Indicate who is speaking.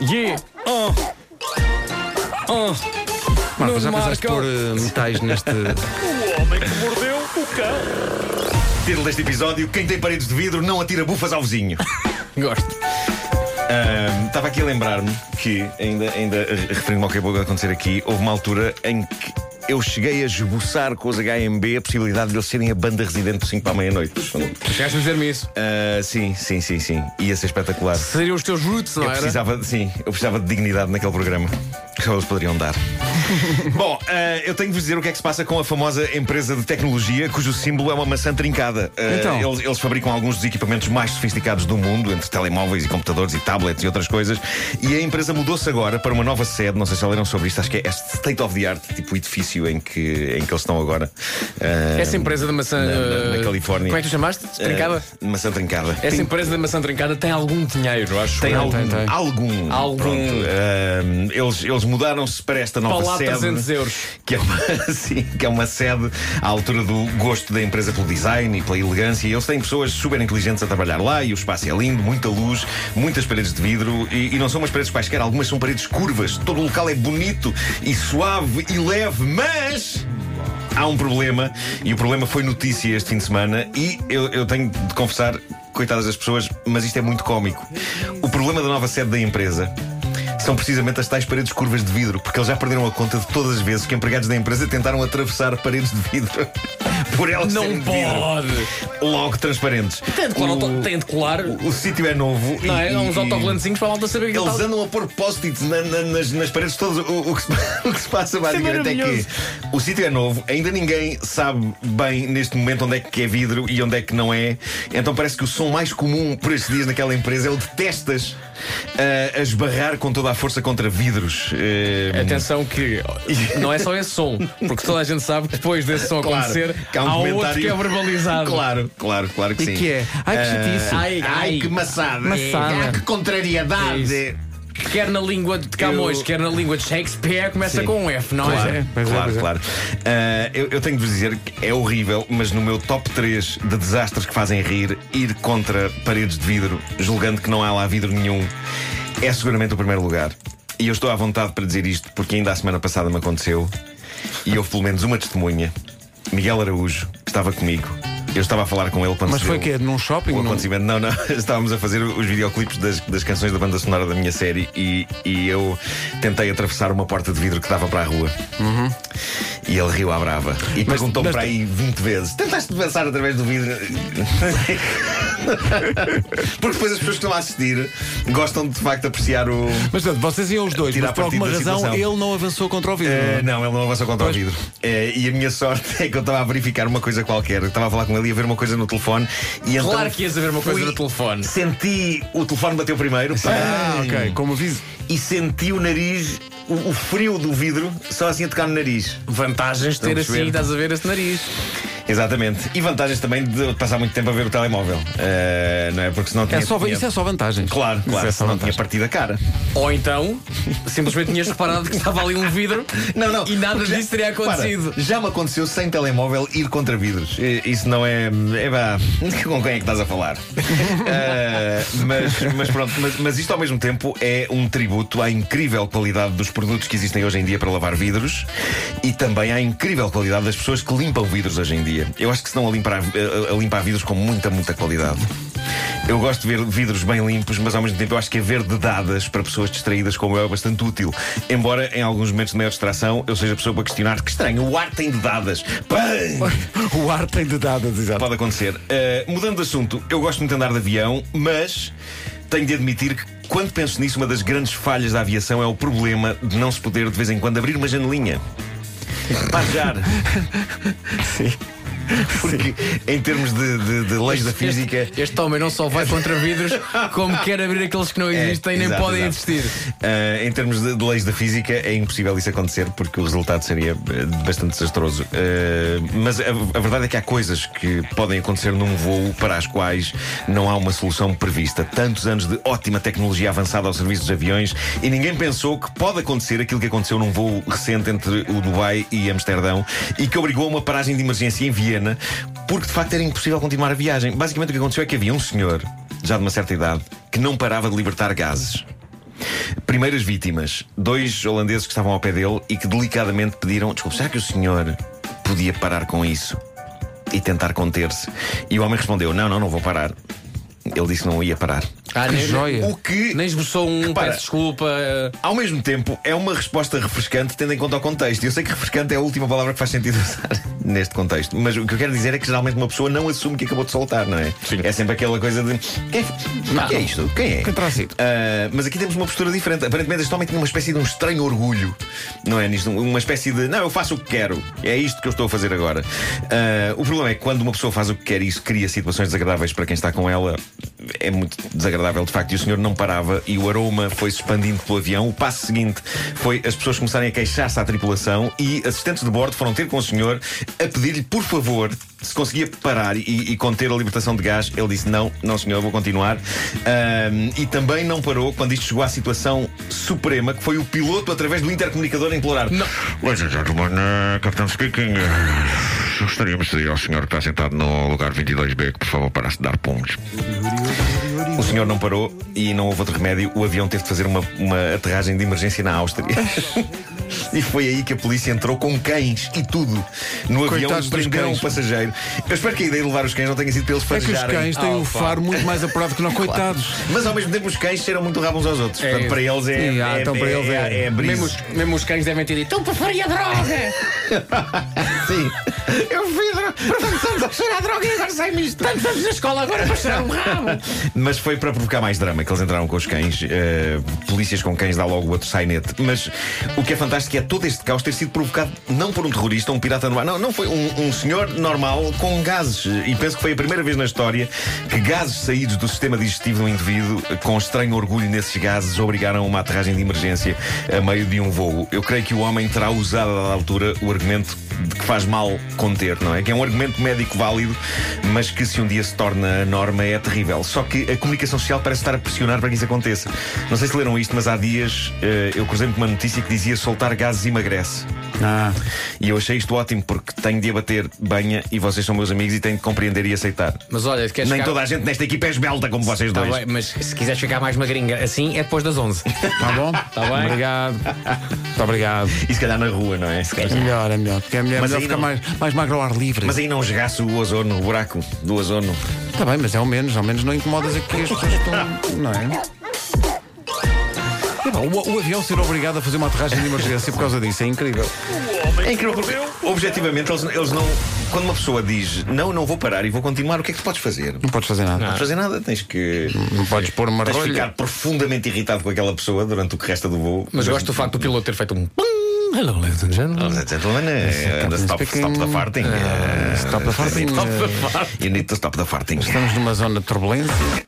Speaker 1: Yeah! Oh! Oh!
Speaker 2: Marcos, já
Speaker 1: Nuno Marco.
Speaker 2: pensaste pôr eh,
Speaker 3: uh,
Speaker 2: metais neste.
Speaker 4: O homem que mordeu o cão.
Speaker 3: Título deste episódio: Quem tem paredes de vidro não atira bufas ao vizinho.
Speaker 1: Gosto.
Speaker 3: Ahm, Estava aqui a lembrar-me que, ainda, ainda eh, referindo-me ao que acabou de acontecer aqui, houve uma altura em que eu cheguei a esboçar com os HMB a possibilidade de eles serem a banda residente do 5 para a meia-noite.
Speaker 1: Chegaste a dizer-me isso.
Speaker 3: Ah, sim, sim, sim, sim. Ia ser espetacular.
Speaker 1: Seriam os teus roots, não
Speaker 3: Eu
Speaker 1: era?
Speaker 3: precisava, de- sim, eu precisava de dignidade naquele programa que só eles poderiam dar. Bom, eh, eu tenho de vos dizer o que é que se passa com a famosa empresa de tecnologia cujo símbolo é uma maçã trincada. Eh,
Speaker 2: Então?
Speaker 3: eles, eles fabricam alguns dos equipamentos mais sofisticados do mundo, entre telemóveis e computadores e tablets e outras coisas. E a empresa mudou-se agora para uma nova sede, não sei se já leram sobre isto, acho que é este state of the art, tipo o edifício em que, em que eles estão agora. Eh,
Speaker 1: Essa empresa da maçã.
Speaker 3: Na- na- na
Speaker 1: eh,
Speaker 3: Califórnia.
Speaker 1: Como é que tu chamaste? É Trincada? É
Speaker 3: eh, maçã trincada.
Speaker 1: Essa empresa da maçã trincada tem algum dinheiro, acho.
Speaker 3: Tem
Speaker 1: eu.
Speaker 3: algum.
Speaker 2: tem.
Speaker 3: Algum.
Speaker 1: Algum.
Speaker 3: Pronto, ehm, eles eles mudaram-se para esta nova
Speaker 1: Para lá,
Speaker 3: sede.
Speaker 1: 300 euros.
Speaker 3: Que é, uma, sim, que é uma sede à altura do gosto da empresa pelo design e pela elegância. E eles têm pessoas super inteligentes a trabalhar lá e o espaço é lindo, muita luz, muitas paredes de vidro e, e não são umas paredes quaisquer, algumas são paredes curvas. Todo o local é bonito e suave e leve, mas. Há um problema e o problema foi notícia este fim de semana e eu, eu tenho de confessar, coitadas das pessoas, mas isto é muito cómico. O problema da nova sede da empresa são precisamente as tais paredes curvas de vidro, porque eles já perderam a conta de todas as vezes que empregados da empresa tentaram atravessar paredes de vidro por elas serem
Speaker 1: Não
Speaker 3: de vidro,
Speaker 1: pode!
Speaker 3: logo transparentes.
Speaker 1: Tem de colar. auto-
Speaker 3: O,
Speaker 1: Tem de colar.
Speaker 3: o sítio é novo e-
Speaker 1: Não, é
Speaker 3: e-
Speaker 1: uns
Speaker 3: e-
Speaker 1: autocolantezinhos para a malta saber que tá-
Speaker 3: eles
Speaker 1: tal-
Speaker 3: andam a pôr post-its na- na- nas, nas paredes todas. O, o que se, o que se passa basicamente é, que
Speaker 1: maravilhoso.
Speaker 3: o sítio é novo, ainda ninguém sabe bem neste momento onde é que é vidro e onde é que não é. Então parece que o som mais comum por estes dias naquela empresa é o de testas ah, a esbarrar com toda a força contra vidros. Eh,
Speaker 1: Atenção que não é só esse som, porque toda a gente sabe que depois desse som
Speaker 3: claro,
Speaker 1: acontecer,
Speaker 3: que há um
Speaker 1: outro
Speaker 3: comentário-
Speaker 1: que é verbalizado.
Speaker 3: Claro, claro, claro que
Speaker 2: E
Speaker 3: sim.
Speaker 2: que é? Ai, que chatice.
Speaker 3: Ai, ai,
Speaker 1: Ai,
Speaker 3: que maçada.
Speaker 2: maçada.
Speaker 3: Ai, que
Speaker 1: É
Speaker 3: contrariedade.
Speaker 1: isso. Quer na língua de Camões, quer na língua de Shakespeare, começa
Speaker 3: Sim.
Speaker 1: com um F, não
Speaker 3: Claro,
Speaker 1: é?
Speaker 2: pois é,
Speaker 3: claro,
Speaker 2: pois é.
Speaker 3: claro. Ah, eu, eu tenho de vos dizer que é horrível, mas no meu top 3 de desastres que fazem rir, ir contra paredes de vidro, julgando que não há lá vidro nenhum, é seguramente o primeiro lugar. E eu estou à vontade para dizer isto porque ainda a semana passada me aconteceu e houve pelo menos uma testemunha, Miguel Araújo, que estava comigo. Eu estava a falar com ele quando
Speaker 2: Mas
Speaker 3: se
Speaker 2: foi
Speaker 3: deu-
Speaker 2: que é num shopping?
Speaker 3: o
Speaker 2: Num-
Speaker 3: acontecimento, não, não. Estávamos a fazer os videoclipes das, das canções da banda sonora da minha série e, e eu tentei atravessar uma porta de vidro que dava para a rua. E ele riu à brava. E perguntou-me
Speaker 2: mas-
Speaker 3: para aí 20 vezes: Tentaste passar através do vidro? Porque depois as pessoas que estão a assistir gostam de, de facto apreciar o.
Speaker 2: Mas portanto, vocês iam os dois,
Speaker 3: Tirar
Speaker 2: mas por
Speaker 3: partido
Speaker 2: alguma
Speaker 3: da
Speaker 2: razão
Speaker 3: situação.
Speaker 2: ele não avançou contra o vidro. não é?
Speaker 3: Eh, não, ele não avançou contra o vidro. Eh, e a minha sorte é que eu estava a verificar uma coisa qualquer. Eu Estava a falar com ele e a ver uma coisa no telefone. E
Speaker 1: Claro
Speaker 3: então
Speaker 1: que ias a ver uma coisa
Speaker 3: fui-
Speaker 1: no telefone.
Speaker 3: Senti o telefone bateu primeiro pá,
Speaker 2: Ah, ok, como aviso.
Speaker 3: e senti o nariz, o, o frio do vidro, só assim a tocar no nariz.
Speaker 1: Vantagens de ter
Speaker 3: Vamos
Speaker 1: assim,
Speaker 3: ver.
Speaker 1: estás a ver esse nariz.
Speaker 3: Exatamente. E vantagens também de passar muito tempo a ver o telemóvel. Eh, não é? Porque senão tinha.
Speaker 2: É só,
Speaker 3: tinha-
Speaker 2: isso é só vantagens.
Speaker 3: Claro,
Speaker 2: Isso
Speaker 3: claro,
Speaker 2: é só
Speaker 3: senão tinha
Speaker 2: vantagens.
Speaker 3: partido a cara.
Speaker 1: Ou então, simplesmente tinhas reparado que estava ali um vidro
Speaker 3: Não, não.
Speaker 1: e nada
Speaker 3: porque já-
Speaker 1: disso teria
Speaker 3: repara,
Speaker 1: acontecido.
Speaker 3: já me aconteceu sem telemóvel ir contra vidros. Eh, Isso não é. é vá, com quem é que estás a falar? Eh, mas, mas pronto, mas, mas isto ao mesmo tempo é um tributo à incrível qualidade dos produtos que existem hoje em dia para lavar vidros e também à incrível qualidade das pessoas que limpam vidros hoje em dia. Eu acho que se não a limpar, eh, a- a limpar vidros com muita, muita qualidade. Eu gosto de ver vidros bem limpos, mas ao mesmo tempo eu acho que haver dedadas para pessoas distraídas como eu é bastante útil. Embora em alguns momentos de maior distração eu seja a pessoa para questionar que estranho, o ar tem dedadas. Pam!
Speaker 2: O ar tem dedadas, exato.
Speaker 3: Pode acontecer. Uh, mudando de assunto, eu gosto muito de andar de avião, mas tenho de admitir que quando penso nisso, uma das grandes falhas da aviação é o problema de não se poder de vez em quando abrir uma janelinha. Pajar.
Speaker 2: Sim.
Speaker 3: Porque em termos de, de- de leis da física.
Speaker 1: Este, este homem não só vai contra vidros, como quer abrir aqueles que não
Speaker 3: É,
Speaker 1: existem e nem
Speaker 3: exato,
Speaker 1: podem
Speaker 3: exato.
Speaker 1: existir.
Speaker 3: Ah, em termos de, de leis da física, é impossível isso acontecer porque o resultado seria eh, bastante desastroso. Ah, mas a, a verdade é que há coisas que podem acontecer num voo para as quais não há uma solução prevista. Tantos anos de ótima tecnologia avançada ao serviço dos aviões e ninguém pensou que pode acontecer aquilo que aconteceu num voo recente entre o Dubai e Amsterdão e que obrigou a uma paragem de emergência em Viena porque de facto era impossível continuar a viagem. Basicamente o que aconteceu é que havia um senhor, já de uma certa idade, que não parava de libertar gases. Primeiras vítimas, dois holandeses que estavam ao pé dele e que delicadamente pediram: Desculpe, será que o senhor podia parar com isso e tentar conter-se? E o homem respondeu: Não, não, não vou parar. Ele disse que não ia parar.
Speaker 1: Ah,
Speaker 2: Que
Speaker 1: nem,
Speaker 2: joia.
Speaker 3: O que,
Speaker 1: nem esboçou um
Speaker 3: Repara.
Speaker 1: peço desculpa.
Speaker 3: ao mesmo tempo, é uma resposta refrescante, tendo em conta o contexto. Eu sei que refrescante é a última palavra que faz sentido usar neste contexto, mas o que eu quero dizer é que geralmente uma pessoa não assume que acabou de soltar, não é?
Speaker 1: Sim.
Speaker 3: É sempre aquela coisa de. Quem, quem é isto? Quem é?
Speaker 2: Quem terá sido?
Speaker 3: Ah, mas aqui temos uma postura diferente. Aparentemente, este homem tinha uma espécie de um estranho orgulho, não é? Nisto, uma espécie de não, eu faço o que quero, é isto que eu estou a fazer agora. Ah, o problema é que quando uma pessoa faz o que quer e isso cria situações desagradáveis para quem está com ela, é muito desagradável de facto. E o senhor não parava e o aroma foi se expandindo pelo avião. O passo seguinte foi as pessoas começarem a queixar-se à tripulação e assistentes de bordo foram ter com o senhor a pedir-lhe, por favor, se conseguia parar e, e conter a libertação de gás. Ele disse: Não, não, senhor, vou continuar. Ahm, e também não parou quando isto chegou à situação suprema, que foi o piloto, através do intercomunicador, a implorar.
Speaker 1: Não.
Speaker 5: Ladies and gentlemen, eh, Capitão speaking. eh, Gostaríamos de pedir ao senhor que está sentado no lugar 22B que, por favor, parasse de dar puns.
Speaker 3: O senhor não parou e não houve outro remédio. O avião teve de fazer uma, uma aterragem de emergência na Áustria. E foi aí que a polícia entrou com cães e tudo no avião
Speaker 2: Coitados
Speaker 3: e
Speaker 2: dos
Speaker 3: prenderam
Speaker 2: cães.
Speaker 3: o passageiro. Eu espero que a ideia de levar os cães não tenha sido pelos
Speaker 2: É que os
Speaker 3: farejarem.
Speaker 2: cães têm
Speaker 1: Ah,
Speaker 2: o
Speaker 1: pá.
Speaker 2: faro muito mais apurado que nós, coitados.
Speaker 3: Mas ao mesmo tempo os cães cheiram muito rabo uns aos outros. Portanto,
Speaker 1: isso.
Speaker 3: para eles é.
Speaker 2: Sim, ah,
Speaker 3: é-
Speaker 2: então para
Speaker 3: é-
Speaker 2: eles é-
Speaker 3: é- é brise.
Speaker 1: Mesmo os, mesmo os cães devem ter dito: Estão para faria droga!
Speaker 3: Sim.
Speaker 2: É
Speaker 1: Eu vidro! Professor, a cheirar a droga e agora sai-me isto! Tanto vamos na escola agora para cheirar um rabo!
Speaker 3: Mas foi para provocar mais drama que eles entraram com os cães. Eh, polícias com cães dá logo o outro sainete. Mas o que é fantástico é todo este caos ter sido provocado não por um terrorista, um pirata no ar. Não, não foi um, um senhor normal com gases. E penso que foi a primeira vez na história que gases saídos do sistema digestivo de um indivíduo, eh, com estranho orgulho nesses gases, obrigaram a uma aterragem de emergência a meio de um voo. Eu creio que o homem terá usado à altura o argumento de que faz mal conter, não é? Que é um argumento médico válido, mas que se um dia se torna a norma é terrível. Só que a comunicação social parece estar a pressionar para que isso aconteça. Não sei se leram isto, mas há dias eh, eu cruzei-me com uma notícia que dizia soltar gases emagrece.
Speaker 2: Ah,
Speaker 3: E eu achei isto ótimo porque tenho de abater banha e vocês são meus amigos e tenho de compreender e aceitar.
Speaker 1: Mas olha, se queres
Speaker 3: Nem
Speaker 1: ficar...
Speaker 3: toda a gente nesta equipa é esbelta como vocês
Speaker 1: Tá
Speaker 3: dois.
Speaker 1: bem, mas se quiseres ficar mais magrinha assim, é depois das 11.
Speaker 2: tá bom? Tá
Speaker 1: bem.
Speaker 2: Obrigado. Muito obrigado.
Speaker 3: E se calhar na rua, não é?
Speaker 2: Melhor, é melhor. Porque é melhor,
Speaker 3: Mas
Speaker 2: melhor
Speaker 3: aí
Speaker 2: ficar
Speaker 3: não-
Speaker 2: mais, mais magro ao ar livre.
Speaker 3: Mas aí não esgaço o ozono, o buraco do ozono.
Speaker 2: Está bem, mas é ao menos, ao menos não incomodas aqui as pessoas estão. Não é? Epá, O, o avião ser obrigado a fazer uma aterragem de emergência por causa disso é incrível.
Speaker 4: O homem
Speaker 3: É
Speaker 4: que
Speaker 3: incrível porque,
Speaker 4: mordeu
Speaker 3: objetivamente, eles, eles não. Quando uma pessoa diz não, não vou parar e vou continuar, o que é que tu podes fazer? Não
Speaker 2: Não podes fazer nada.
Speaker 3: podes fazer nada, tens que.
Speaker 2: Não podes pôr uma
Speaker 3: Tens de
Speaker 2: rolha.
Speaker 3: ficar profundamente irritado com aquela pessoa durante o que resta do voo.
Speaker 1: Mas gosto do facto do piloto ter feito um. pum. Hello, ladies and gentlemen.
Speaker 3: Ladies and Gentlemen, eh, the stop, stop the farting. eh,
Speaker 2: Stop the farting,
Speaker 3: you need-
Speaker 2: eh.
Speaker 3: You need to stop the farting.
Speaker 2: Estamos numa zona de turbulência.